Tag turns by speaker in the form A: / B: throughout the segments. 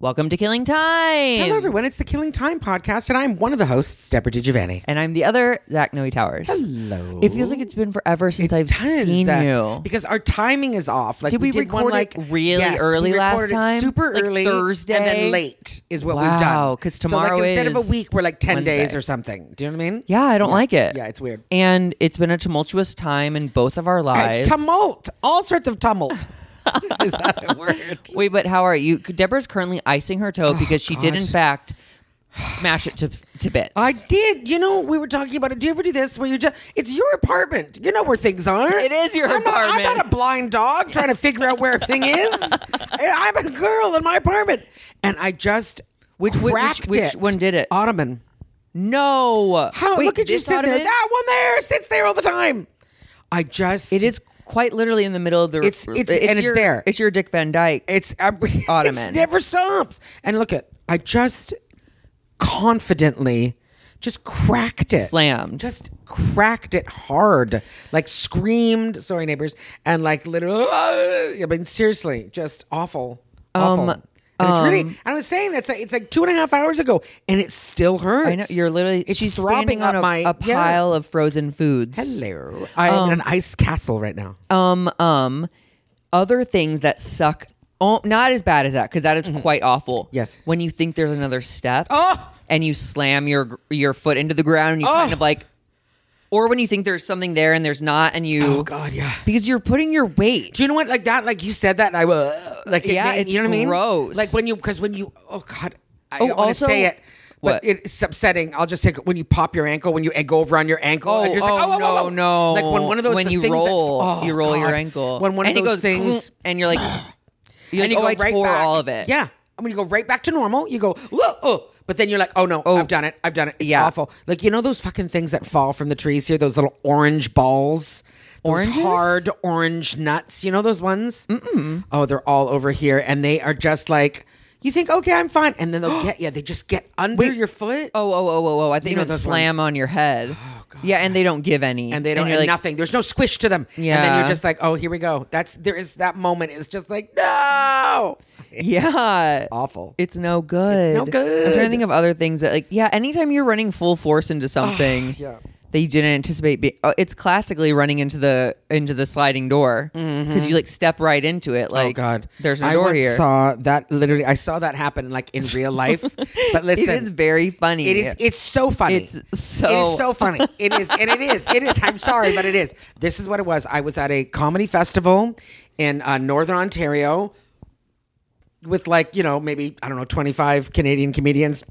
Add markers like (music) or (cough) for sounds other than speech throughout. A: Welcome to Killing Time.
B: Hello, everyone. It's the Killing Time podcast, and I'm one of the hosts, Deborah DiGiovanni.
A: And I'm the other Zach Noe Towers.
B: Hello.
A: It feels like it's been forever since I've
B: does,
A: seen
B: uh,
A: you.
B: because our timing is off. Like
A: Did we
B: did one,
A: record
B: like
A: it really
B: yes,
A: early
B: we
A: last
B: recorded it
A: time?
B: super
A: Like
B: early and
A: Thursday?
B: then late is what we've done.
A: Wow, 'cause
B: so
A: tomorrow
B: like, instead of
A: is
B: a week, we're like ten days
A: Wednesday.
B: or something. Do you know what I mean?
A: Yeah, I don't like it.
B: Yeah, it's weird.
A: And it's been a tumultuous time in both of our lives.
B: It's tumult, all sorts of tumult. (laughs) is that a word?
A: Wait, but how are you? Deborah's currently icing her toe because she did, in
B: Oh, God.
A: fact, smash it to to bits.
B: I did. You know, we were talking about it. Do you ever do this where you just, it's your apartment. You know where things are.
A: It is your
B: I'm not-
A: apartment.
B: I'm not a blind dog trying to figure out where a thing (laughs) is. I- I'm a girl in my apartment. And I just which,
A: which-
B: cracked
A: which
B: it.
A: one did it?
B: Ottoman.
A: no.
B: How,
A: Wait,
B: look at you
A: this
B: sitting there.
A: ottoman-
B: That one there sits there all the time. I just.
A: It is quite literally in the middle of the.
B: It's- it's- and it's
A: your-
B: there.
A: It's your Dick Van Dyke.
B: (laughs) It's I'm,
A: Ottoman.
B: It never stops. And look at, I just confidently just cracked it.
A: Slammed.
B: Just cracked it hard. Like screamed, sorry neighbors, and like literally, I mean, seriously, just awful. Awful.
A: Um,
B: and it's really,
A: um,
B: and I was saying that's like, it's like two and a half hours ago, and it still hurts.
A: I know you're literally.
B: It's
A: she's
B: throbbing
A: standing on
B: up
A: a,
B: my
A: a
B: yeah.
A: pile Um, of frozen foods.
B: Hello, I'm in an ice castle right now.
A: Um, um, other things that suck. Oh, not as bad as that because that is quite awful.
B: Mm-hmm. Yes.
A: When you think there's another step,
B: Oh!
A: and you slam your gr- your foot into the ground, and you kind of like, or when you think there's something there and there's not, and you
B: Oh God, yeah.
A: because you're putting your weight.
B: Do you know what? Like that, like you said that, and I will. Like, it
A: Yeah,
B: made-
A: it's
B: you know what I mean?
A: gross.
B: Like when you, because when you, oh god, I
A: Oh,
B: don't want to
A: also-
B: say it, but
A: what?
B: it's upsetting. I'll just say when you pop your ankle, when you go over on your ankle,
A: Oh,
B: and you're just like,
A: oh,
B: oh, oh, oh,
A: no,
B: oh. Like when
A: no.
B: one of those
A: when
B: the
A: you
B: things that-
A: roll,
B: oh,
A: you roll your
B: God.
A: ankle.
B: When one
A: and
B: of those
A: it goes,
B: things,
A: and
B: (gasps)
A: you're like, you're like,
B: and you go
A: oh, I
B: right
A: tore
B: back.
A: all of it.
B: Yeah. And when you go right back to normal, you go, whoa, oh. But then you're like, oh no, I've done it. I've done it. It's
A: Yeah.
B: awful. Like, you know those fucking things that fall from the trees here, those little orange balls? Those
A: Oranges?
B: hard orange nuts. You know those ones? Mm-mm. Oh, they're all over here. And they are just like, you think, okay, I'm fine. And then (gasps) they'll get you. They just get under your foot.
A: Oh, oh, oh, oh, oh! I think
B: You
A: you
B: know
A: don't
B: those
A: slam
B: ones. Oh,
A: on your head. Yeah, and they don't give any,
B: and they don't
A: you're
B: and
A: like,
B: nothing. There's no squish to them. And then
A: Yeah.
B: you're just like, oh, here we go. That's there is that moment is just like, no.
A: Yeah,
B: Awful.
A: It's no good.
B: It's no
A: I'm trying to
B: good.
A: think of other things that, like, yeah, anytime you're running full force into something
B: yeah.
A: that you didn't anticipate, be- oh, it's classically running into the into the sliding door because you like step right into it. Like,
B: Mm-hmm. oh God,
A: there's no
B: I
A: door
B: once
A: here.
B: Saw that literally. I saw that happen like in real
A: (laughs)
B: life. but listen,
A: it is very funny.
B: It is. It's so funny.
A: It's
B: It
A: so-
B: is so funny. It is, and it is. It is. I'm sorry, but it is. This is what it was. I was at a comedy festival in uh, Northern Ontario with like you know maybe I don't know 25 Canadian comedians.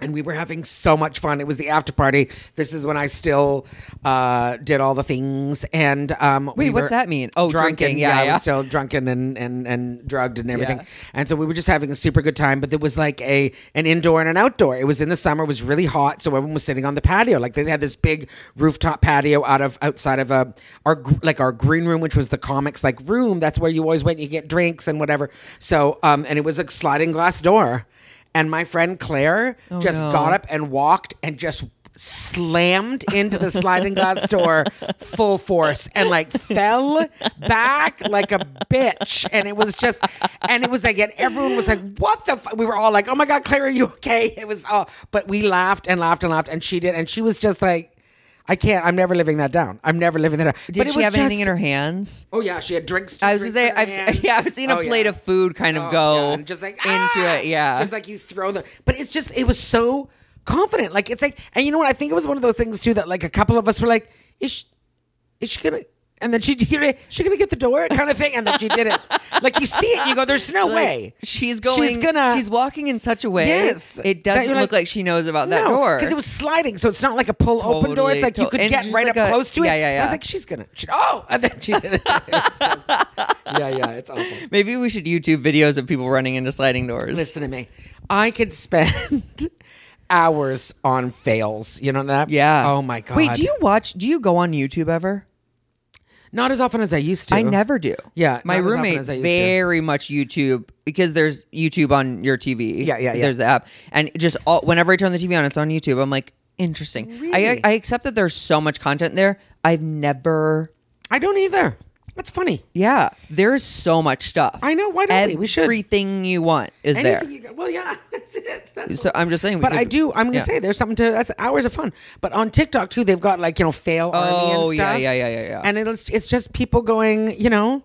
B: And we were having so much fun. It was the after party. This is when I still uh, did all the things. And um,
A: Wait, what's that mean? Oh,
B: drunken.
A: drinking. Yeah,
B: I
A: yeah.
B: was still drunken and and and drugged and everything.
A: Yeah.
B: And so we were just having a super good time. But there was like a an indoor and an outdoor. It was in the summer. It was really hot, so everyone was sitting on the patio. Like they had this big rooftop patio out of outside of a our gr- like our green room, which was the comics like room. That's where you always went. You get drinks and whatever. So um, and it was a sliding glass door. And my friend Claire just
A: Oh, no.
B: got up and walked and just slammed into the sliding glass door full force and like fell back like a bitch and it was just and it was like and everyone was like what the fu-? we were all like oh my god claire are you okay it was all but we laughed and laughed and laughed and she did and she was just like i can't i'm never living that down i'm never living that down
A: Did
B: it
A: she
B: was
A: have anything in
B: just-
A: her hands?
B: oh yeah she had drinks
A: I was gonna say,
B: drinks in
A: (laughs) I've
B: her hand.
A: se- yeah, I've seen a
B: Oh, yeah.
A: plate of food kind of
B: Oh,
A: go
B: yeah, and just like
A: into
B: "Ah!"
A: it. Yeah,
B: just like you throw them. But it's just it was so confident. Like it's like, and you know what? I think it was one of those things too that like a couple of us were like, is she, is she gonna? And then she she she gonna get the door kind of thing, and then she
A: (laughs)
B: did it. like you see it, and you go, there's no
A: Like,
B: way
A: She's going.
B: She's gonna.
A: She's walking in such a way.
B: Yes.
A: It
B: That
A: doesn't
B: you're
A: look
B: like-
A: like she knows about that door.
B: because it was sliding, so it's not like a pull open door. It's
A: Totally,
B: like you
A: to-
B: could
A: and
B: get
A: just
B: right
A: like
B: up
A: a-
B: close to it.
A: yeah, yeah,
B: I
A: yeah.
B: was like, she's gonna. She, oh, (laughs) and then she
A: (laughs)
B: did it. It's just- yeah, yeah, it's awful.
A: Maybe we should YouTube videos of people running into sliding doors.
B: Listen to me. I could spend (laughs) hours on fails. You know that?
A: Yeah.
B: Oh my god.
A: Wait, do you watch? Do you go on YouTube ever?
B: Not as often as I used to.
A: I never do.
B: Yeah,
A: my
B: not as often
A: roommate
B: as I used to.
A: very much YouTube because there's YouTube on your TV.
B: Yeah, yeah, yeah.
A: There's the app, and just all, whenever I turn the TV on, it's on YouTube. I'm like, interesting. I
B: Really?
A: I accept that there's so much content there. I've never
B: I don't either. That's funny.
A: Yeah, there's so much stuff.
B: I know. Why don't we? We should.
A: Everything you want is
B: Anything
A: there.
B: you got- well, yeah, (laughs) that's it. That's
A: So I'm just saying. we
B: But I
A: could-
B: do. I'm gonna
A: yeah.
B: say there's something to that's hours of fun. But on TikTok too, they've got like you know fail army
A: Oh,
B: and
A: yeah,
B: stuff.
A: yeah, yeah, yeah, yeah.
B: And it'll it's just people going you know.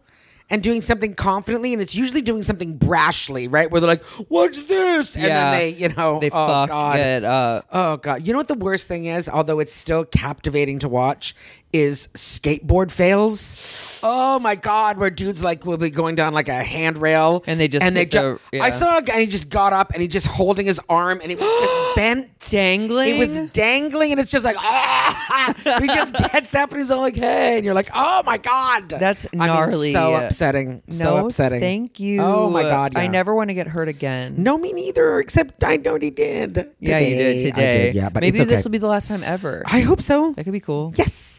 B: And doing something confidently, and it's usually doing something brashly, right? Where they're like, "What's this?" And
A: Yeah.
B: then they, you know,
A: They
B: oh
A: fuck
B: god,
A: it up.
B: oh god. You know what the worst thing is? Although it's still captivating to watch, is skateboard fails. Oh my god, where dudes like will be going down like a handrail,
A: And they just
B: and they
A: hit the-
B: just. I
A: yeah.
B: saw a guy and he just got up and he just holding his arm and it was
A: (gasps)
B: just bent.
A: Dangling?
B: It was dangling and it's just like, ah!
A: (laughs)
B: he just gets up and he's all like, hey. And you're like, oh my God.
A: That's
B: I mean,
A: gnarly.
B: so upsetting. so
A: No,
B: upsetting.
A: Thank you.
B: Oh my God.
A: I
B: yeah.
A: never want to get hurt again.
B: No, me neither, except I know he did.
A: yeah, you did
B: I
A: today.
B: yeah, but
A: maybe
B: it's okay.
A: this will be the last time ever.
B: I hope so.
A: That could be cool.
B: Yes.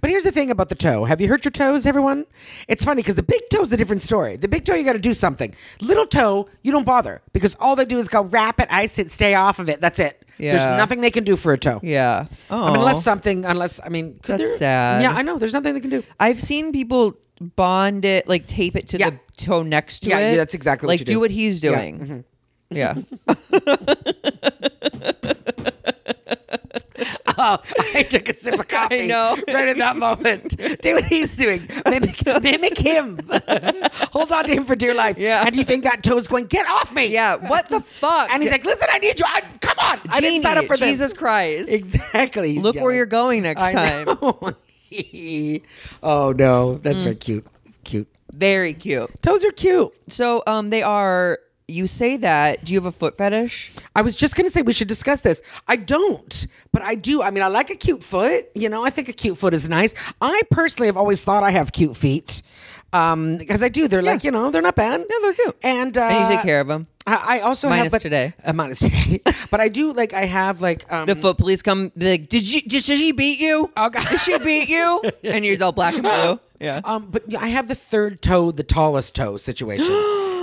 B: But here's the thing about the toe. Have you hurt your toes, everyone? It's funny because the big toe is a different story. The big toe, you got to do something. Little toe, you don't bother because all they do is go wrap it, ice it, stay off of it. That's it.
A: Yeah.
B: There's nothing they can do for a toe.
A: Yeah. Oh.
B: I mean, unless something, unless, I mean, could
A: That's
B: there-
A: sad.
B: Yeah, I know. There's nothing they can do.
A: I've seen people bond it, like tape it to
B: Yeah.
A: the toe next to
B: Yeah,
A: it.
B: yeah, that's exactly what
A: like
B: you
A: do.
B: do.
A: what he's
B: Yeah, Mm-hmm.
A: doing.
B: (laughs)
A: Yeah. (laughs)
B: Oh, I took a sip of
A: (laughs)
B: coffee.
A: I know.
B: Right in that moment. Do what he's doing.
A: (laughs)
B: Mimic, mimic him. (laughs) Hold on to him for dear life.
A: Yeah.
B: And you think that toe's going, get off me.
A: yeah. What the fuck?
B: And he's like, listen, I need you. I, come on. I didn't sign up
A: Jeannie,
B: for this.
A: Jesus Christ.
B: Exactly. He's
A: Look where
B: yelling.
A: you're going next
B: I
A: time.
B: (laughs) know. (laughs) oh no, that's
A: Hmm.
B: very cute. Cute
A: Very cute.
B: toes are cute.
A: So um they are you say that. Do you have a foot fetish?
B: I was just gonna say we should discuss this. I don't, but I do. I mean, I like a cute foot. You know, I think a cute foot is nice. I personally have always thought I have cute feet. Um, because I do. They're like you know, they're not bad. Yeah,
A: they're cute.
B: And uh,
A: And you take care of them.
B: I, I also
A: Minus
B: have but,
A: today.
B: Uh, minus today, (laughs) but I do like. I have like um,
A: The foot police come be like, Did you did she beat you?
B: Oh, God.
A: Did she beat (laughs) you? and you're all black and blue. Yeah.
B: Um, but yeah, I have the third toe, the tallest
A: (gasps)
B: toe situation,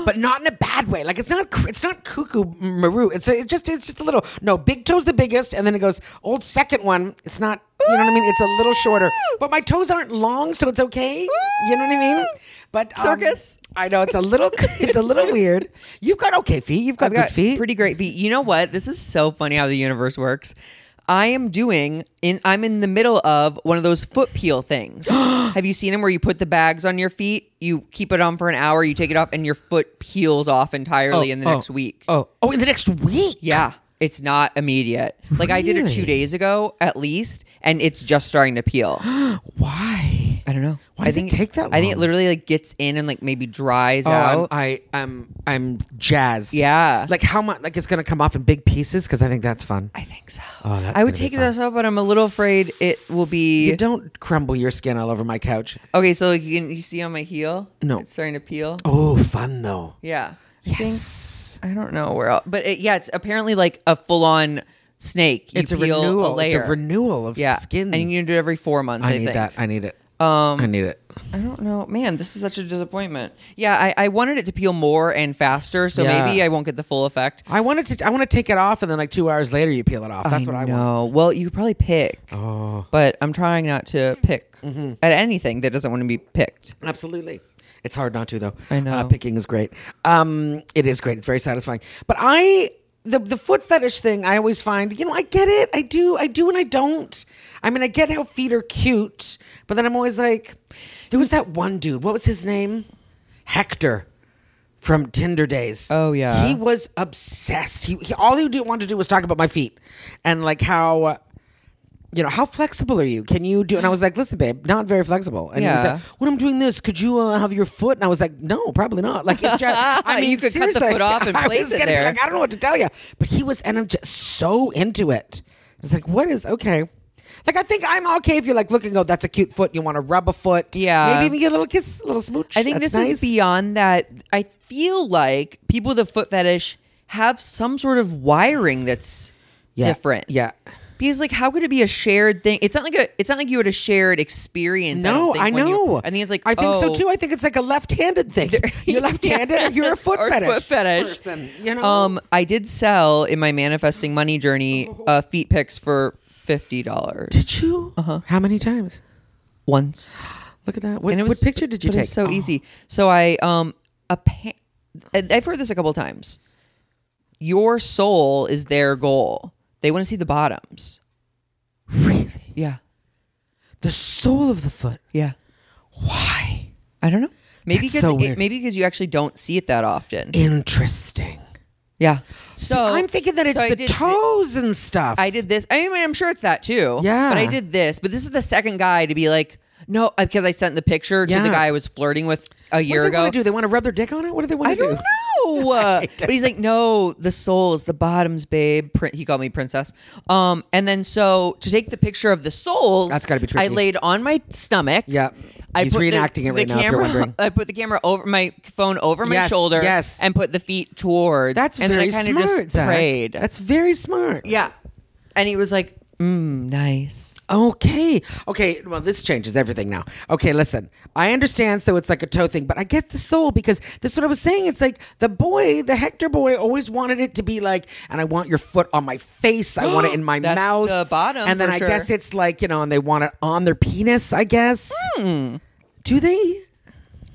B: but not in a bad way. Like it's not, cr- it's not cuckoo maru. It's a, it just, it's just a little. No, big toe's the biggest, and then it goes old second one. It's not, you know what I mean? It's a little shorter, but my toes aren't long, so it's okay. You know what I mean? But um,
A: Circus.
B: I know it's a little, it's
A: (laughs)
B: a little weird. You've got okay feet. You've got
A: I've
B: good
A: got
B: feet.
A: pretty great feet. You know what? This is so funny how the universe works. I am doing in I'm in the middle of one of those foot peel (gasps) things. Have you seen them where you put the bags on your feet, you keep it on for an hour, you take it off, and your foot peels off entirely in the
B: Oh,
A: next week.
B: Oh, oh, in the next week. (gasps)
A: Yeah. It's not immediate. Like I did it two
B: Really?
A: days ago at least, and it's just starting to peel. I (gasps)
B: Why?
A: don't know.
B: Why
A: I
B: does it
A: think
B: take that
A: I think it
B: long?
A: literally like gets in and like maybe dries
B: Oh, I'm-
A: out.
B: I, I'm, I'm jazzed.
A: Yeah.
B: Like how much? Like it's gonna come off in big pieces because I think that's fun.
A: I think so.
B: Oh, that's
A: I would
B: gonna be
A: take
B: fun.
A: this off, but I'm a little afraid it will be
B: You don't crumble your skin all over my couch.
A: Okay, so like you can you see on my heel?
B: No.
A: It's starting to peel.
B: Oh, fun though.
A: Yeah.
B: Yes.
A: I don't know where else but it, yeah, it's apparently like a full on snake. You
B: It's a
A: peel a
B: renewal.
A: layer.
B: It's a renewal of
A: yeah.
B: skin.
A: And you can do it every four months, I,
B: I need
A: think.
B: that. I need it.
A: Um,
B: I need it.
A: I don't know. Man, this is such a disappointment. Yeah, I, I wanted it to peel more and faster, so
B: Yeah.
A: maybe I won't get the full effect.
B: I wanted to. I want to take it off, and then like two hours later, you peel it off. That's what I want.
A: know. Well, you could probably pick.
B: Oh, Mm-hmm.
A: But I'm trying not to pick at anything that doesn't want to be picked.
B: absolutely. It's hard not to though.
A: I know.
B: Uh, picking is great. Um, it is great. It's very satisfying. But I. The, the foot fetish thing I always find you know I get it I do I do and I don't I mean I get how feet are cute but then I'm always like there was that one dude what was his name Hector from Tinder days.
A: Oh, yeah.
B: he was obsessed. He, he all he did, wanted to do was talk about my feet and like how. uh, You know how flexible are you? Can you do? And I was like, "Listen, babe, not very flexible." And he
A: Yeah.
B: was like, "When I'm doing this, could you uh, have your foot?" And I was like, "No, probably not." Like, it's
A: (laughs)
B: just, I
A: You
B: mean,
A: could cut the
B: seriously,
A: foot off and
B: (laughs) I
A: place
B: was
A: it
B: gonna be
A: there.
B: Like, I don't know what to tell you, but he was, and I'm just so into it. I was like, "What is okay?" Like, I think I'm okay if you're like looking, oh, that's a cute foot. You want to rub a foot,
A: Yeah.
B: Maybe even get a little kiss, a little smooch.
A: I think
B: That's
A: this
B: nice.
A: is beyond that. I feel like people with a foot fetish have some sort of wiring that's
B: Yeah.
A: different.
B: Yeah.
A: Because like how could it be a shared thing? It's not like a it's not like you had a shared experience. I,
B: No,
A: don't
B: I,
A: think, when you-
B: know.
A: I think it's like
B: I think so
A: oh,
B: too. I think it's like a left-handed thing.
A: (laughs)
B: You're left-handed, or you're a foot
A: or
B: fetish.
A: foot fetish.
B: person, you know.
A: Um I did sell in my manifesting money journey uh feet pics for fifty dollars. Uh-huh.
B: Did you? Uh huh. How many times?
A: Once.
B: Look at that. What,
A: And it was-
B: what picture did you
A: but it
B: take? Oh.
A: was so easy. So I um a pa- I- I've heard this a couple times. Your soul is their goal. They want to see the bottoms.
B: Really?
A: Yeah.
B: The sole of the foot.
A: Yeah.
B: Why?
A: I don't know. Maybe
B: That's
A: because
B: so weird.
A: it, maybe because you actually don't see it that often.
B: Interesting.
A: yeah. So
B: I'm thinking that it's
A: Oh, so I
B: the
A: did thi-
B: toes and stuff.
A: I did this. I mean, I'm sure it's that too.
B: Yeah.
A: But I did this. But this is the second guy to be like, no, uh, because I sent the picture to
B: Yeah.
A: the guy I was flirting with a
B: What do
A: year
B: they
A: ago.
B: want to do? They want to rub their dick on it? What do they want
A: I
B: to do?
A: don't
B: (laughs)
A: know. Uh, but he's like, no, the soles, the bottoms, babe. Prin- he called me princess. Um, and then so to take the picture of the soles,
B: That's gotta be
A: I
B: tricky.
A: laid on my stomach.
B: Yeah. He's
A: put the-
B: reenacting it right
A: the
B: now, if you're
A: camera- (laughs)
B: wondering.
A: I put the camera over my phone over my
B: Yes,
A: shoulder.
B: yes.
A: And put the feet towards.
B: That's
A: and
B: very
A: then I
B: smart.
A: just
B: Zach.
A: prayed.
B: That's very smart.
A: yeah. And he was like, mm, nice.
B: Okay. Okay. Well, this changes everything now. Okay, listen. I understand. So it's like a toe thing, but I get the soul because that's what I was saying. It's like the boy, the Hector boy, always wanted it to be like, and I want your foot on my face.
A: (gasps)
B: I want it in my
A: That's
B: mouth.
A: the bottom,
B: And then
A: for
B: I
A: sure.
B: guess it's like, you know, and they want it on their penis, I guess.
A: Hmm.
B: Do they?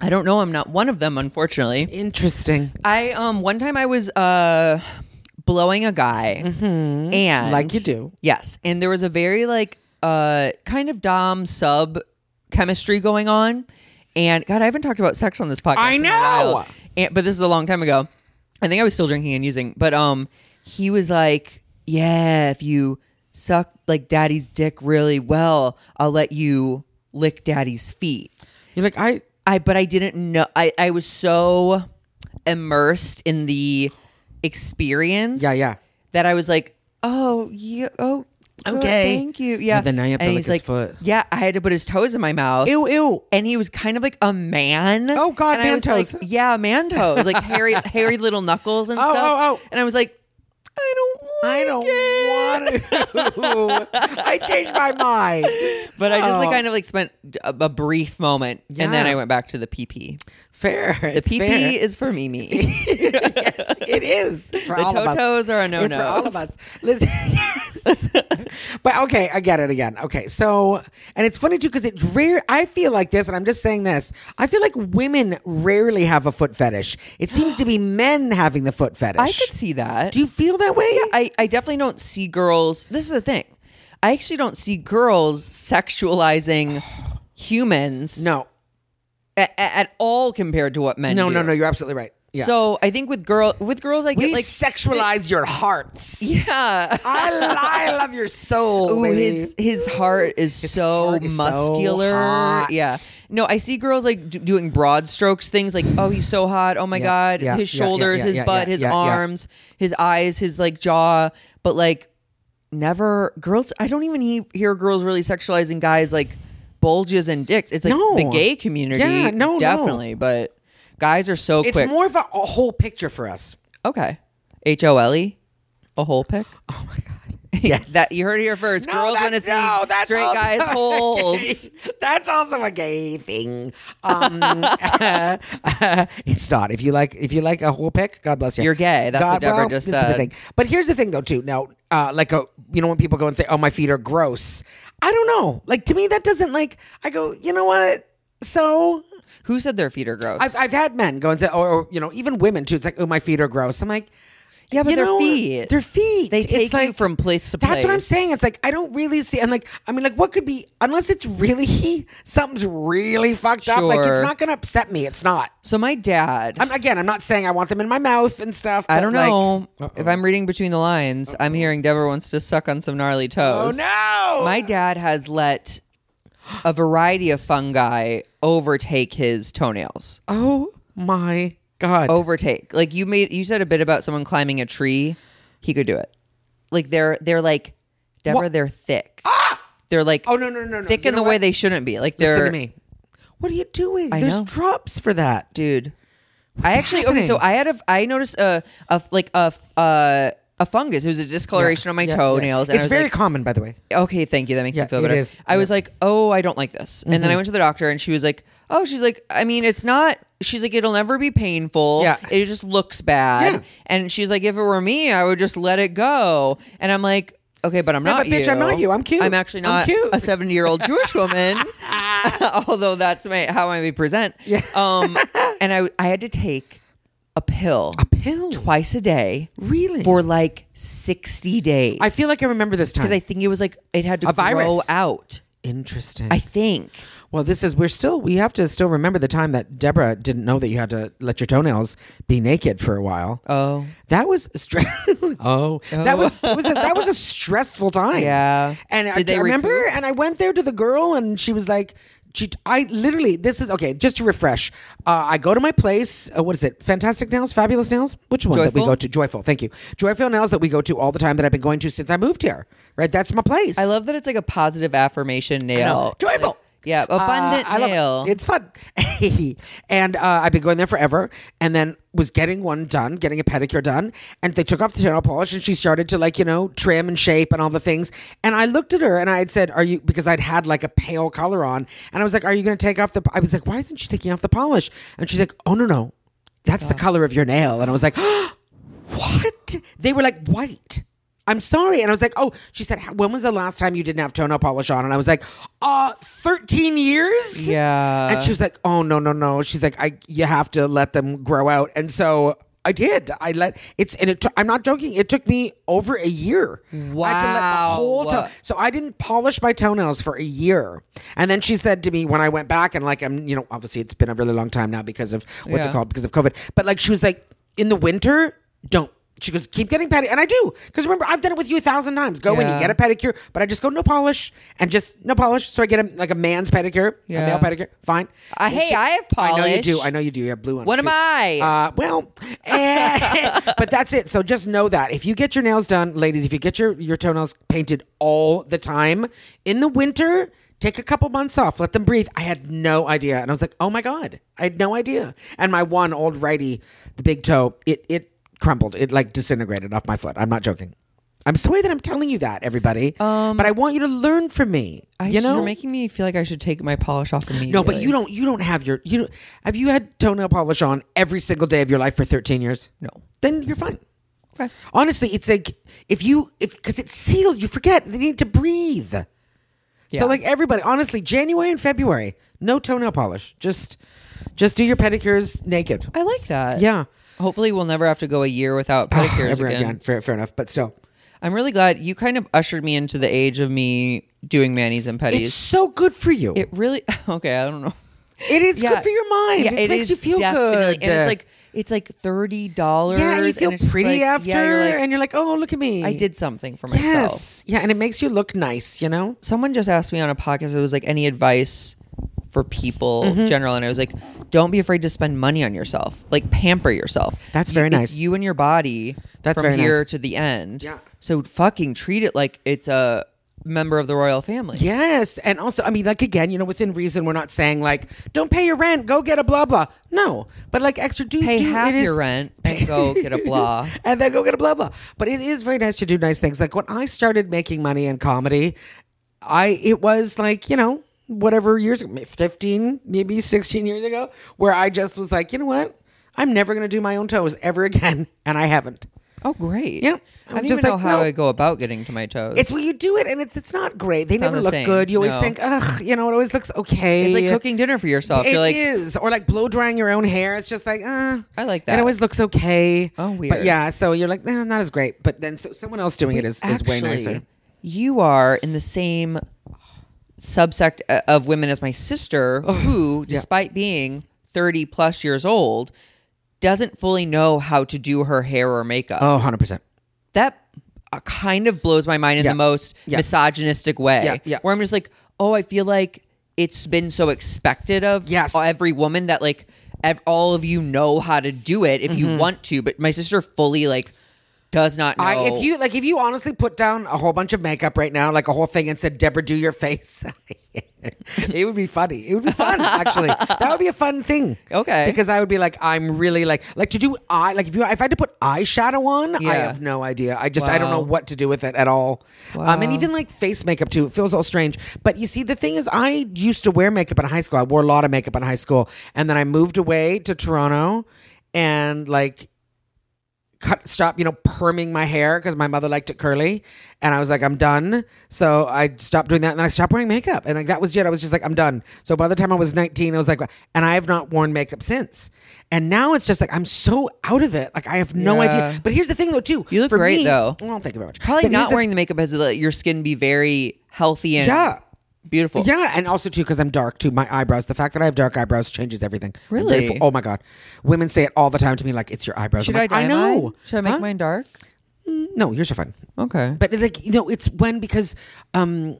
A: I don't know. I'm not one of them, unfortunately.
B: Interesting.
A: I um one time I was uh blowing a guy and
B: Mm-hmm. Like you do.
A: Yes. And there was a very like uh kind of Dom sub chemistry going on. And God, I haven't talked about sex on this podcast.
B: I
A: in a while.
B: know!
A: And, but this is a long time ago. I think I was still drinking and using. But um he was like, Yeah, if you suck like daddy's dick really well, I'll let you lick daddy's feet.
B: You're like, I.
A: I but I didn't know I I was so immersed in the experience.
B: Yeah, yeah.
A: That I was like, "Oh, you oh good,
B: Okay.
A: thank you." Yeah.
B: And then now you have to
A: And
B: lick
A: he's
B: his
A: like,
B: foot.
A: Yeah, I had to put his toes in my mouth.
B: Ew, ew.
A: And he was kind of like a man.
B: Oh, God,
A: and I
B: man
A: was like,
B: toes.
A: yeah, man toes, like
B: (laughs)
A: hairy, hairy little knuckles and
B: Oh,
A: stuff.
B: oh, oh.
A: And I was like, I don't, like
B: I don't
A: it.
B: want to. (laughs) I changed my
A: (laughs)
B: mind.
A: But I just like
B: Oh.
A: kind of like spent a, a brief moment, and then
B: Yeah.
A: I went back to the PP.
B: Fair.
A: The
B: It's
A: PP
B: fair.
A: is for Mimi.
B: (laughs) yes, it is.
A: (laughs)
B: For
A: The
B: all of us.
A: totos are a no-no.
B: It's for all of us. Listen,
A: (laughs)
B: (laughs) yes. but okay, I get it again. Okay, so, and it's funny too, because it's rare. I feel like this, and I'm just saying this. I feel like women rarely have a foot fetish. It seems
A: (gasps)
B: to be men having the foot fetish.
A: I could see that.
B: Do you feel that way?
A: I, I definitely don't see girls. This is the thing. I actually don't see girls sexualizing humans
B: no.
A: a- a- at all compared to what men
B: No,
A: do.
B: no, no. You're absolutely right. Yeah.
A: So I think with girl with girls I get
B: we
A: like
B: sexualize your hearts.
A: (laughs) yeah.
B: I, I love your soul.
A: Ooh,
B: baby.
A: his his heart is so
B: heart is so
A: muscular.
B: hot.
A: yeah. No, I see girls like do- doing broad strokes things like oh he's so hot. Oh my god.
B: yeah,
A: his
B: yeah, yeah,
A: shoulders,
B: yeah,
A: his
B: yeah,
A: butt,
B: yeah,
A: his
B: yeah, yeah.
A: arms, his eyes, his like jaw, but like never girls I don't even he- hear girls really sexualizing guys like bulges and dicks. It's like
B: No.
A: the gay community
B: Yeah, no, no.
A: definitely, but guys are so
B: it's
A: quick.
B: more of a, a whole picture
A: (laughs)
B: for us.
A: okay. H O L E a whole pick.
B: Oh my god. Yes.
A: That you heard it here first. Girls want to see straight
B: also (laughs)
A: guys
B: a
A: holes.
B: gay- That's also a gay thing. Um, (laughs) it's not. If you like, if you like a whole pick, God bless you.
A: You're gay. That's what Deborah
B: well,
A: just
B: this is the
A: said.
B: thing. But here's the thing, though, too. Now, uh, like a, you know, when people go and say, "Oh, my feet are gross," I don't know. Like to me, that doesn't like. I go, you know what? So
A: Who said their feet are gross?
B: I've, I've had men go and say, "Oh, or, or you know, even women too. It's like, oh, my feet are gross. I'm like,
A: Yeah, but
B: you
A: their
B: know,
A: feet.
B: their feet.
A: they
B: It's
A: take you
B: like-
A: from place to place.
B: That's what I'm saying. It's like I don't really see, and like I mean, like what could be unless it's really (laughs) something's really fucked up. Like
A: Sure.
B: it's not going to upset me. It's not.
A: So my dad, I'm,
B: I'm again. I'm not saying I want them in my mouth and stuff.
A: I
B: but,
A: do not
B: like-
A: know if I'm reading between the lines. I'm hearing Deborah wants to suck on some gnarly
B: Oh
A: toes.
B: no!
A: My dad has let a variety of fungi overtake his toenails.
B: oh my god!
A: Oh. Overtake. Like you made you said a bit about someone climbing a tree. He could do it. Like they're they're like Deborah, they're thick.
B: Ah!
A: They're like
B: Oh no no no no!
A: thick
B: You
A: in the
B: know
A: way
B: what?
A: they shouldn't be. Like they're
B: Listen to me. What are you doing?
A: I
B: There's
A: know.
B: drops for that.
A: dude. I actually okay.
B: happening?
A: So I had a I noticed a a like a uh, a fungus. It was a discoloration on my
B: Yeah, yeah.
A: toenails. And I
B: It's
A: was
B: very
A: like,
B: common, by the way.
A: okay, thank you. That makes
B: Yeah, Mm-hmm.
A: me feel
B: it
A: better.
B: is.
A: I was like, oh, I don't like this. And then I went to the doctor, and she was like, oh, she's like, I mean, it's not. She's like, it'll never be painful.
B: Yeah.
A: it just looks bad.
B: Yeah.
A: And she's like, if it were me, I would just let it go. And I'm like. okay, but I'm
B: Yeah,
A: not
B: but bitch,
A: you.
B: I'm not you. I'm cute.
A: I'm actually not
B: I'm cute.
A: a 70 year old Jewish
B: (laughs)
A: woman. (laughs) although that's my, how I may present.
B: Yeah. (laughs)
A: Um, and I, I had to take a pill, a
B: pill?
A: twice a day
B: Really?
A: for like 60 days.
B: I feel like I remember this time.
A: because I think it was like it had to
B: A
A: grow
B: virus.
A: out.
B: Interesting.
A: I think.
B: well, this is we're still we have to still remember the time that Deborah didn't know that you had to let your toenails be naked for a while.
A: Oh.
B: That was stre- (laughs) oh, that was, was a, that was a stressful time.
A: Yeah.
B: and
A: Did
B: I,
A: they
B: I remember,
A: recoup?
B: and I went there to the girl, and she was like, she, "I literally this is okay." Just to refresh, uh, I go to my place. Uh, what is it? Fantastic Nails, Fabulous Nails. Which one that we
A: Joyful?
B: go to? Joyful. Thank you. Joyful Nails that we go to all the time that I've been going to since I moved here. Right, that's my place.
A: I love that it's like a positive affirmation nail.
B: Joyful.
A: Like, yeah, abundant
B: Uh, I love it.
A: nail.
B: It's fun. (laughs) and uh, I've been going there forever. And then was getting one done, getting a pedicure done. And they took off the nail polish and she started to like, you know, trim and shape and all the things. And I looked at her and I had said, Are you, because I'd had like a pale color on. And I was like, Are you going to take off the, I was like, Why isn't she taking off the polish? And she's like, Oh, no, no. That's the color of your nail. And I was like, (gasps) what? They were like white. I'm sorry. And I was like, oh, she said, "How- when was the last time you didn't have toenail polish on? And I was like, uh, 13 years?
A: Yeah.
B: And she was like, oh, no, no, no. She's like, I, you have to let them grow out. And so I did. I let, it's, and it, took I'm not joking. It took me over a year. I had to let the
A: Wow.
B: whole toe- so I didn't polish my toenails for a year. And then she said to me when I went back and like I'm, you know, obviously it's been a really long time now because of what's
A: Yeah.
B: it called because of COVID. But like she was like in the winter, don't. She goes, keep getting petty, and I do because remember I've done it with you a thousand times. Go and you
A: Yeah.
B: get a pedicure, but I just go no polish and just no polish. So I get a, like a man's pedicure, a male
A: Yeah.
B: pedicure, fine.
A: I-
B: And
A: hey, I have
B: I know you do.
A: polish.
B: I know you do. You have blue one.
A: What am I?
B: Uh, well, eh, (laughs) but that's it. So just know that if you get your nails done, ladies, if you get your, your toenails painted all the time in the winter, take a couple months off, let them breathe. I had no idea. And I was like, oh my God, I had no idea. And my one old righty, the big toe, it, it crumbled. It like disintegrated off my foot. I'm not joking. I'm sorry that I'm telling you that, everybody. Um, but I want you to learn from me.
A: I
B: you
A: sh-
B: know,
A: you're making me feel like I should take my polish off immediately.
B: no, but you don't. You don't have your. You don't, have you had toenail polish on every single day of your life for thirteen years?
A: No.
B: Then you're fine.
A: Okay.
B: Honestly, it's like if you if because it's sealed, you forget they need to breathe.
A: Yeah.
B: So like everybody, honestly, January and February, no toenail polish. Just just do your pedicures naked.
A: I like that.
B: Yeah.
A: Hopefully, we'll never have to go a year without (sighs) pedicures
B: Everyone
A: again.
B: Fair, fair enough, but still.
A: I'm really glad you kind of ushered me into the age of me doing manis and
B: It's
A: petties.
B: so good for you.
A: it
B: (laughs)
A: really okay. I don't know.
B: it is
A: Yeah.
B: good for your mind.
A: Yeah,
B: it, makes
A: is
B: you feel
A: definitely-
B: good.
A: and it's like it's like thirty dollars.
B: yeah, and you feel pretty after, and you're like, oh, look at me.
A: I did something for myself.
B: Yes. Yeah, and it makes you look nice, you know?
A: someone just asked me on a podcast it was like any advice for people
B: Mm-hmm.
A: general and i was like don't be afraid to spend money on yourself like pamper yourself
B: That's
A: You-
B: very
A: it's
B: nice.
A: you and your body
B: That's
A: from
B: very
A: here
B: nice.
A: to the end
B: Yeah.
A: so fucking treat it like it's a member of the royal family
B: Yes. And also, I mean, like, again, you know, within reason, we're not saying, like, don't pay your rent, go get a blah, blah. No. But, like, extra do
A: pay
B: do-
A: half
B: it is-
A: your
B: (laughs)
A: rent and go get a blah
B: and then go get a blah blah. But it is very nice to do nice things. Like when I started making money in comedy, I it was like you know whatever years ago, 15 maybe 16 years ago where i just was like you know what i'm never going to do my own toes ever again (laughs) and i haven't
A: oh great
B: Yeah. I
A: i, don't
B: was just
A: even know
B: like,
A: how
B: no.
A: i go about getting to my toes
B: It's when you do it and it's it's not great. They
A: not
B: never
A: the
B: look
A: same.
B: good. You always
A: No.
B: think, ugh, you know, it always looks okay.
A: It's like cooking dinner for yourself
B: It
A: you're like
B: is. or like blow drying your own hair. It's just like, uh,
A: I like
B: It
A: that.
B: always looks okay.
A: Oh,
B: But
A: weird.
B: yeah, so you're like, nah, not as great. But then so someone else doing it is, is way nicer.
A: You are in the same subsect uh, of women as my
B: (sighs)
A: sister, who, despite being 30 plus years old, doesn't fully know how to do her hair or makeup.
B: Oh, 100 percent.
A: that uh, kind of blows my mind in
B: Yeah.
A: the most
B: Yeah.
A: misogynistic way,
B: Yeah, yeah.
A: where I'm just like, oh, I feel like it's been so expected of
B: Yes.
A: every woman that like ev- all of you know how to do it if you want to, but my sister fully like does not know.
B: Mm-hmm. I, if you like, if you honestly put down a whole bunch of makeup right now, like a whole thing, and said, "Deborah, do your face," (laughs) it would be funny. It would
A: (laughs)
B: be fun, actually. that would be a fun thing.
A: Okay.
B: because I would be like, I'm really like, like to do eye, like if you, if I had to put eyeshadow on, I
A: Yeah.
B: have no idea. I just, I don't know
A: Wow.
B: what to do with it at all. Um, and
A: Wow.
B: even like face makeup too, it feels all strange. But you see, the thing is, I used to wear makeup in high school. I wore a lot of makeup in high school, and then I moved away to Toronto, and like cut, stop, you know, perming my hair because my mother liked it curly, and I was like, I'm done. So I stopped doing that, and then I stopped wearing makeup, and like that was it. I was just like, I'm done. So by the time I was 19, I was like, and I have not worn makeup since. And now it's just like I'm so out of it. Like I have no
A: Yeah.
B: idea. But here's the thing, though, too.
A: You look
B: For
A: great,
B: me-
A: though.
B: Well, thank you very much.
A: Probably
B: But here's
A: not
B: the
A: wearing the makeup has let your skin be very healthy and
B: Yeah.
A: beautiful.
B: Yeah, and also too because I'm dark too. My eyebrows. The fact that I have dark eyebrows changes everything. I'm
A: Really?
B: very fu- oh my god, women say it all the time to me. Like it's your eyebrows.
A: Should
B: I'm
A: I
B: like,
A: dye
B: I know.
A: mine? Should I make
B: Huh?
A: mine dark?
B: No, yours are fun.
A: Okay.
B: But like you know, it's when because um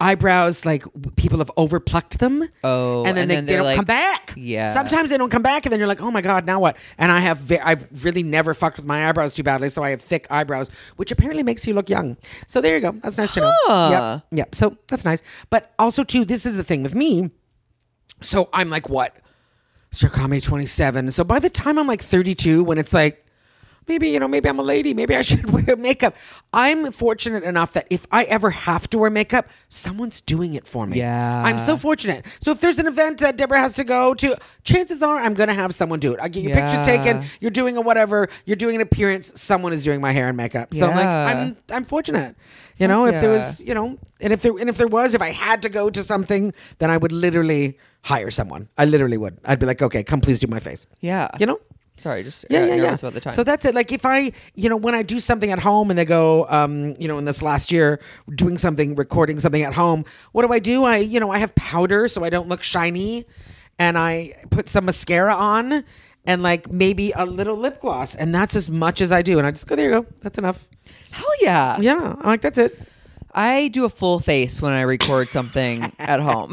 B: eyebrows like w- people have overplucked them.
A: Oh,
B: and then
A: and
B: they,
A: then
B: they
A: they're
B: don't
A: like-
B: come back.
A: Yeah.
B: sometimes they don't come back, and then you're like, oh my god, now what? And I have ve- I've really never fucked with my eyebrows too badly, so I have thick eyebrows, which apparently makes you look young. So there you go. That's nice to know.
A: Huh.
B: Yep. Yep. So that's nice. But also too, this is the thing with me. So I'm like what? Sir Comedy 27. So by the time I'm like 32, when it's like, maybe, you know, maybe I'm a lady, maybe I (laughs) should wear makeup. I'm fortunate enough that if I ever have to wear makeup, someone's doing it for me.
A: Yeah.
B: I'm so fortunate. So if there's an event that Deborah has to go to, chances are I'm going to have someone do it. I get your pictures
A: Yeah.
B: taken, you're doing a whatever, you're doing an appearance, someone is doing my hair and makeup. So I'm like,
A: Yeah.
B: I'm, I'm fortunate. You know,
A: Fuck
B: if there
A: yeah.
B: was, you know, and if there and if there was, if I had to go to something, then I would literally hire someone. I literally would. I'd be like, okay, come please do my face.
A: Yeah.
B: You know?
A: Sorry, just
B: Yeah,
A: uh,
B: yeah, yeah.
A: nervous about the time.
B: So that's it. Like if I, you know, when I do something at home and they go, um, you know, in this last year, doing something, recording something at home, what do I do? I, you know, I have powder so I don't look shiny, and I put some mascara on, and like maybe a little lip gloss, and that's as much as I do. And I just go, there you go, that's enough.
A: Hell yeah.
B: Yeah, I'm like that's it.
A: I do a full face when I record
B: (laughs)
A: something at home.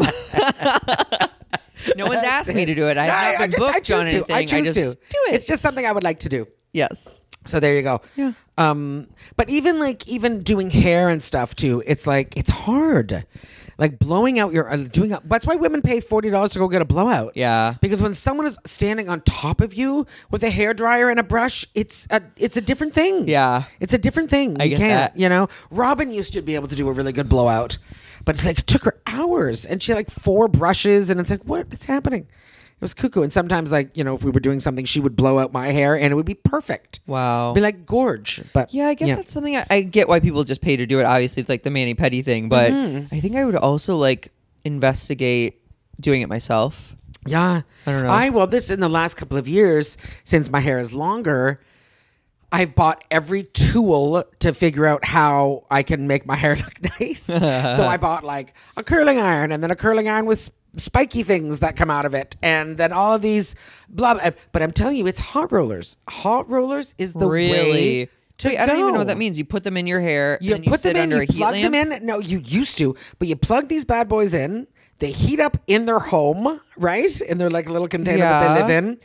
A: no one's asked me to do it. I
B: No,
A: have not been
B: just-
A: booked
B: choose
A: on
B: to.
A: anything.
B: I choose
A: just
B: to.
A: do it.
B: It's just something I would like to do.
A: yes.
B: So there you go.
A: Yeah.
B: Um, but even like even doing hair and stuff too, it's like it's hard. Like blowing out your uh, doing. A, that's why women pay forty dollars to go get a blowout.
A: Yeah.
B: Because when someone is standing on top of you with a hair dryer and a brush, it's a it's a different thing.
A: Yeah.
B: It's a different thing. you
A: get
B: can't.
A: that.
B: You know. Robin used to be able to do a really good blowout, but it's like it took her hours, and she had like four brushes, and it's like what is happening. It was cuckoo, and sometimes like you know if we were doing something, she would blow out my hair, and it would be perfect.
A: Wow.
B: Be like gorge, but
A: Yeah, I guess that's something I, I get why people just pay to do it. Obviously, it's like the mani petty thing, but
B: Mm-hmm.
A: I think I would also like investigate doing it myself.
B: yeah.
A: I don't know.
B: I well, this in the last couple of years since my hair is longer, I've bought every tool to figure out how I can make my hair (laughs) look nice. so I bought like a curling iron and then a curling iron with sp- spiky things that come out of it and then all of these blah, blah but I'm telling you it's hot rollers. Hot rollers is the
A: really?
B: way to
A: Wait, I don't even know
B: go.
A: what that means. You put them in your hair.
B: You
A: and then
B: put
A: sit
B: them in,
A: under
B: you
A: a heat
B: plug
A: lamp?
B: them in. No, you used to, but you plug these bad boys in. They heat up in their home, right? In their like little container that they
A: Yeah.
B: live in.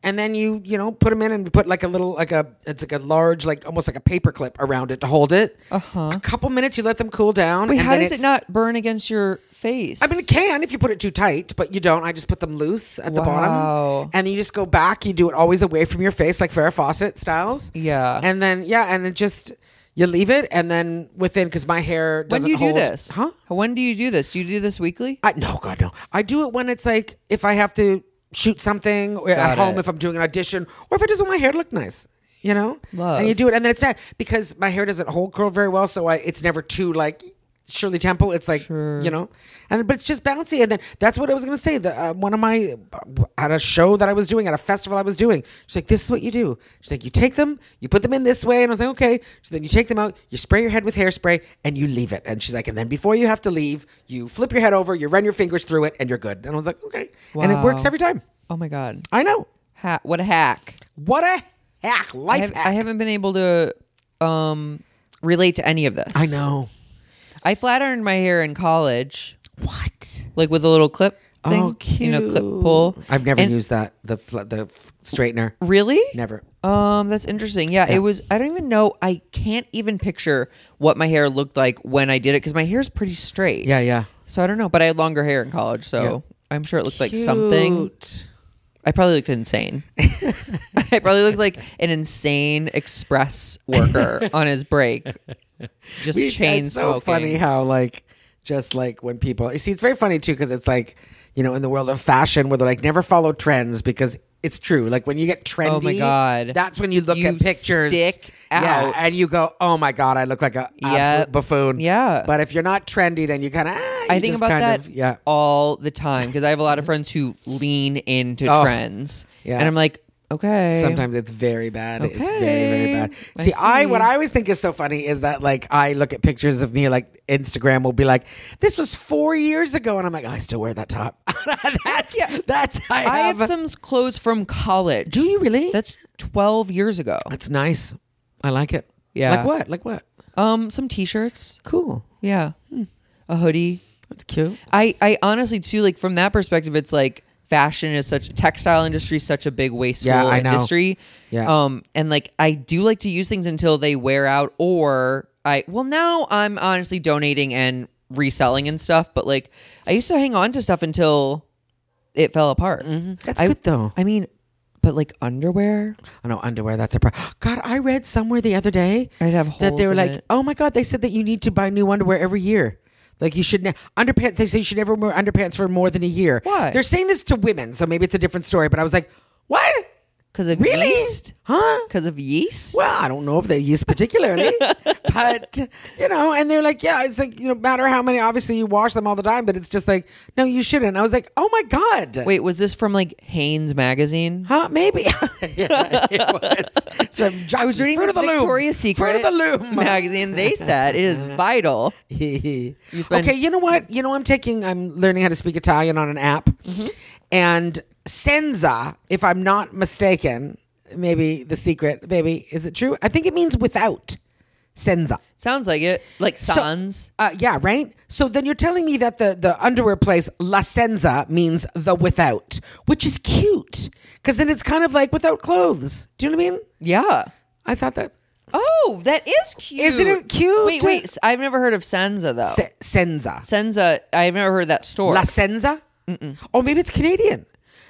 B: And then you, you know, put them in and put like a little, like a, it's like a large, like almost like a paper clip around it to hold it. Uh-huh. A couple minutes, you let them cool down.
A: Wait,
B: and
A: how
B: then
A: does it
B: it's-
A: not burn against your face?
B: I mean, it can if you put it too tight, but you don't. I just put them loose at the
A: Wow.
B: bottom, and then you just go back. You do it always away from your face, like Farrah Fawcett styles.
A: Yeah.
B: and then yeah, and then just you leave it, and then within because my hair
A: when
B: doesn't
A: do you do
B: hold-
A: this?
B: huh? Uh,
A: When do you do this? Do you do this weekly?
B: I, no, God, no. I do it when it's like if I have to shoot something or
A: Got
B: at home
A: it.
B: if I'm doing an audition or if I just want my hair to look nice. You know,
A: Love.
B: and you do it, and then it's not because my hair doesn't hold curl very well, so I it's never too like Shirley Temple. It's like
A: Sure.
B: you know, and but it's just bouncy, and then that's what I was gonna say. That uh, one of my at a show that I was doing at a festival I was doing, she's like, "This is what you do." She's like, "You take them, you put them in this way," and I was like, "Okay." So then you take them out, you spray your head with hairspray, and you leave it. And she's like, "And then before you have to leave, you flip your head over, you run your fingers through it, and you're good." And I was like, "Okay," and it works
A: Wow.
B: every time.
A: Oh my god!
B: I know.
A: Ha- what a hack!
B: What a hack!
A: I,
B: Life
A: have,
B: hack.
A: I haven't been able to um, relate to any of this.
B: I know.
A: I flat ironed my hair in college,
B: What?
A: like with a little clip. Thing,
B: Oh, cute.
A: You know, clip pull.
B: I've never
A: And-
B: used that. The fl- the f- straightener.
A: Really?
B: Never.
A: Um, that's interesting. Yeah, it was. I don't even know. I can't even picture what my hair looked like when I did it because my hair's pretty straight.
B: Yeah, yeah.
A: So I don't know, but I had longer hair in college, so I'm sure it looked like something.
B: Cute.
A: I probably looked
B: (laughs)
A: insane. I probably looked like an insane express
B: (laughs)
A: worker on his break, just
B: We-
A: chain
B: it's
A: smoking.
B: so funny how like just like when people you see it's very funny too because it's like you know in the world of fashion where they're like never follow trends because It's true. Like when you get trendy,
A: Oh my God.
B: that's when you look
A: You
B: at pictures,
A: stick
B: yeah,
A: out.
B: and you go, "Oh my God, I look like a absolute
A: Yep.
B: buffoon."
A: Yeah.
B: But if you're not trendy, then you kind of. Ah,
A: I
B: you
A: think
B: just
A: about
B: kind
A: that
B: Of, yeah.
A: all the time because I have a lot of friends who lean into
B: Oh,
A: trends,
B: yeah.
A: and I'm like, okay,
B: Sometimes it's very bad. It's very, very
A: Okay.
B: bad.
A: I
B: See, I what
A: see.
B: I always think is so funny is that like I look at pictures of me like Instagram will be like, This was four years ago and I'm like, "Oh, I still wear that top. (laughs) that's
A: Yeah.
B: that's I,
A: I
B: have,
A: have some clothes from college.
B: Do you really?
A: That's 12 years ago.
B: That's nice. I like it.
A: Yeah.
B: Like what? Like what?
A: Um, some t-shirts.
B: Cool.
A: Yeah,
B: Hmm.
A: a hoodie.
B: That's cute.
A: I, I honestly too like from that perspective, it's like fashion is such textile industry, is such a big wasteful
B: Yeah, I know.
A: industry.
B: Yeah.
A: Um, and like I do like to use things until they wear out, or I well now I'm honestly donating and reselling and stuff, but like I used to hang on to stuff until it fell apart.
B: Mm-hmm. That's
A: I,
B: good though.
A: I mean, but like underwear,
B: I know underwear. That's a problem. God, I read somewhere the other day
A: I'd have holes
B: that they were
A: in
B: like,
A: it.
B: oh my God, they said that you need to buy new underwear every year. Like you should ne- underpants. They say you should never wear underpants for more than a year.
A: Why?
B: They're saying this to women, so maybe it's a different story. But I was like, what?
A: because of
B: Really?
A: yeast,
B: Huh?
A: because of yeast.
B: Well, I don't know if they use
A: (laughs)
B: particularly, but you know, and they're like, yeah, it's like you know, matter how many. Obviously, you wash them all the time, but it's just like, no, you shouldn't. I was like, oh my god.
A: Wait, was this from like Haynes magazine?
B: Huh? Maybe. (laughs) yeah, it was. It's from
A: I was
B: Jockey.
A: reading
B: Fruit
A: this
B: of the Loom.
A: Victoria's
B: Fruit
A: Secret
B: of the (laughs)
A: (laughs)
B: Loom
A: magazine. They said it is vital.
B: you
A: spend-
B: okay, you know what? You know, I'm taking, I'm learning how to speak Italian on an app. And senza, if I'm not mistaken, maybe the secret, maybe, is it true? I think it means without senza.
A: Sounds like it. Like sans.
B: Uh, yeah, right? So then you're telling me that the, the underwear place, La Senza, means the without, which is cute. Because then it's kind of like without clothes. Do you know what I mean?
A: yeah.
B: I thought that.
A: Oh, that is cute.
B: Isn't it cute?
A: Wait, wait. s- I've never heard of Senza though.
B: Se- senza.
A: Senza. I've never heard that store.
B: La Senza? Oh, maybe it's Canadian.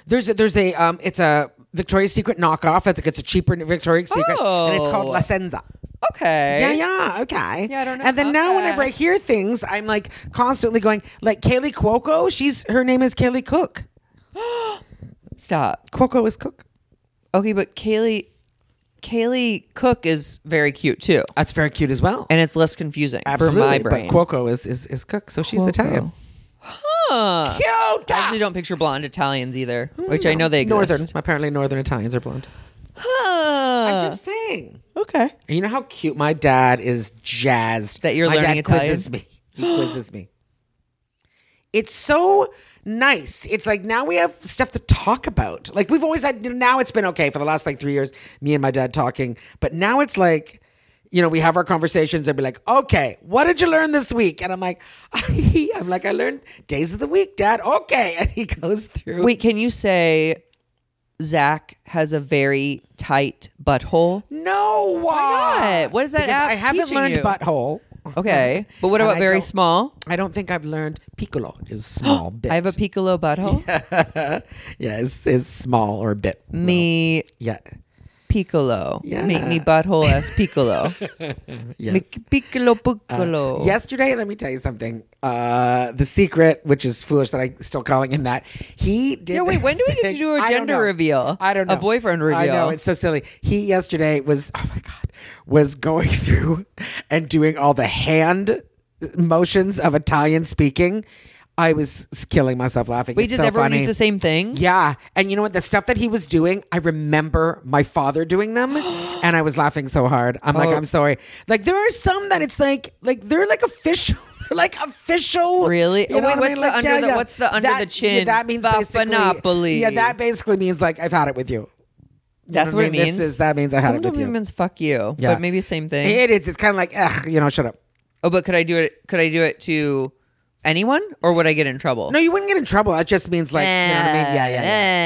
B: There's a, there's a um, it's a Victoria's Secret knockoff. I think it's a cheaper Victoria's Secret, and it's called La
A: Oh.
B: Senza.
A: okay.
B: Yeah, Eh? yeah, okay.
A: Yeah, I don't know.
B: And then now,
A: Okay.
B: whenever I hear things, I'm like constantly going like Kaylee Cuoco. She's her name is Kaylee Cook.
A: Stop.
B: Cuoco is Cook.
A: Okay, but Kaylee, Kaylee Cook is very cute too,
B: That's very cute as well.
A: and it's less confusing
B: Absolutely,
A: for my brain.
B: but Cuoco is is, is Cook, so she's
A: Cuoco.
B: Italian.
A: Huh.
B: Cute.
A: I actually don't picture blonde Italians either, which I know they exist.
B: northern. Apparently, northern Italians are blonde. Uh.
A: Huh.
B: I'm just saying.
A: okay.
B: And You know how cute my dad is jazzed
A: That you're
B: my
A: learning
B: dad
A: Italian?
B: Quizzes me. He quizzes me. It's so nice. It's like now we have stuff to talk about. Like we've always had. Now it's been okay for the last like three years. Me and my dad talking, but now it's like. You know, we have our conversations and be like, okay, what did you learn this week? And I'm like, (laughs) I'm like, I learned days of the week, dad. Okay. And he goes through.
A: Wait, can you say Zach has a very tight butthole?
B: no. Why
A: not? What is that
B: Because
A: app
B: I haven't
A: teaching
B: learned
A: you?
B: butthole. (laughs)
A: Okay. But what
B: And
A: about
B: I
A: very
B: don't-
A: small?
B: I don't think I've learned piccolo
A: (gasps)
B: is small bit.
A: I have a piccolo butthole.
B: yeah, is is small or bit.
A: Mm. Me
B: Yeah,
A: piccolo.
B: Yeah.
A: Make me butthole as piccolo.
B: (laughs) yes. Uh,
A: Make piccolo piccolo.
B: Yesterday, let me tell you something. Uh, the secret, which is foolish that I still calling him that. He did.
A: Yeah, wait, when do we
B: (laughs)
A: get to do a
B: I don't
A: gender
B: know.
A: reveal?
B: I don't know.
A: A boyfriend
B: I know
A: reveal?
B: it's so silly. He yesterday was oh my god was going (laughs) through and doing all the hand motions of Italian speaking. I was killing myself laughing.
A: Wait,
B: It's
A: does
B: so
A: everyone
B: funny.
A: use the same thing?
B: Yeah. And you know what? The stuff that he was doing, I remember my father
A: (gasps)
B: doing them. and I was laughing so hard. I'm like,
A: Oh.
B: I'm sorry. Like there are some that it's like like they're like official. (laughs) they're Like official,
A: Really?
B: you
A: Oh,
B: know
A: wait,
B: what
A: what's
B: I mean?
A: the
B: Like,
A: under
B: yeah,
A: the-
B: yeah.
A: what's the under
B: That-
A: the chin?
B: Yeah, that means basically-
A: Vaffanopoli.
B: Yeah, that basically means like I've had it with you. You know
A: That's what
B: what, I
A: it
B: mean? This
A: means.
B: is- that means I had it
A: Sometimes
B: with you.
A: it means fuck you.
B: Yeah.
A: But maybe same thing.
B: It is. It's kind of like, ugh, you know, shut up.
A: oh, but could I do it could I do it to anyone or would I get in trouble?
B: No, you wouldn't get in trouble. That just means like, you know what I mean? Yeah, yeah, yeah,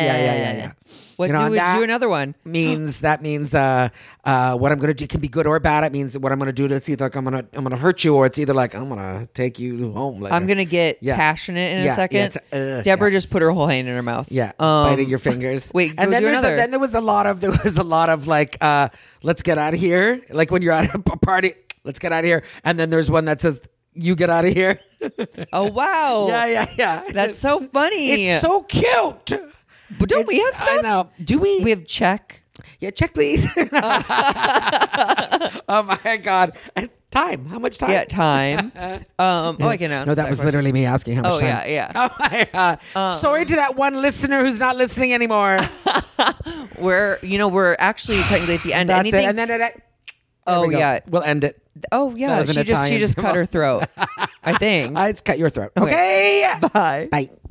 B: yeah, yeah, yeah. yeah,
A: What
B: You know,
A: do
B: and
A: we
B: that-
A: do another one?
B: means that means uh, uh, what I'm gonna do can be good or bad. It means what I'm gonna do. It's either like I'm gonna I'm gonna hurt you, or it's either like I'm gonna take you home. Later.
A: I'm gonna get
B: Yeah.
A: passionate in
B: Yeah, yeah,
A: a second.
B: it's- uh,
A: Deborah
B: yeah.
A: just put her whole hand in her mouth.
B: yeah,
A: Um,
B: biting your fingers.
A: (laughs) wait, go
B: and then
A: do
B: there's a,
A: another.
B: then there was a lot of (laughs) there was a lot of like uh, let's get out of here. Like when you're at a p- party, let's get out of here. And then there's one that says you get out of here. (laughs)
A: Oh wow.
B: yeah, yeah, yeah.
A: That's so funny.
B: It's so cute.
A: But don't we have
B: It's- I
A: stuff?
B: know. Do we?
A: We have check.
B: yeah,
A: (laughs)
B: check please. oh my god. And time. How much time?
A: Yeah, time.
B: (laughs)
A: um, oh, I can announce.
B: No, that was
A: question.
B: literally me asking how much
A: Oh,
B: time.
A: yeah, Um, yeah.
B: (laughs) Oh my god. Sorry to that one listener who's not
A: (laughs)
B: listening anymore.
A: We're you know we're actually technically at the end.
B: That's
A: Anything?
B: it. And then it. there
A: Oh,
B: we go.
A: yeah.
B: We'll end it.
A: oh yeah,
B: was
A: she
B: an
A: just she
B: Italian (laughs)
A: just cut
B: symbol.
A: her throat. I think.
B: Uh, it's cut your throat. Okay.
A: Mm. Bye.
B: Bye.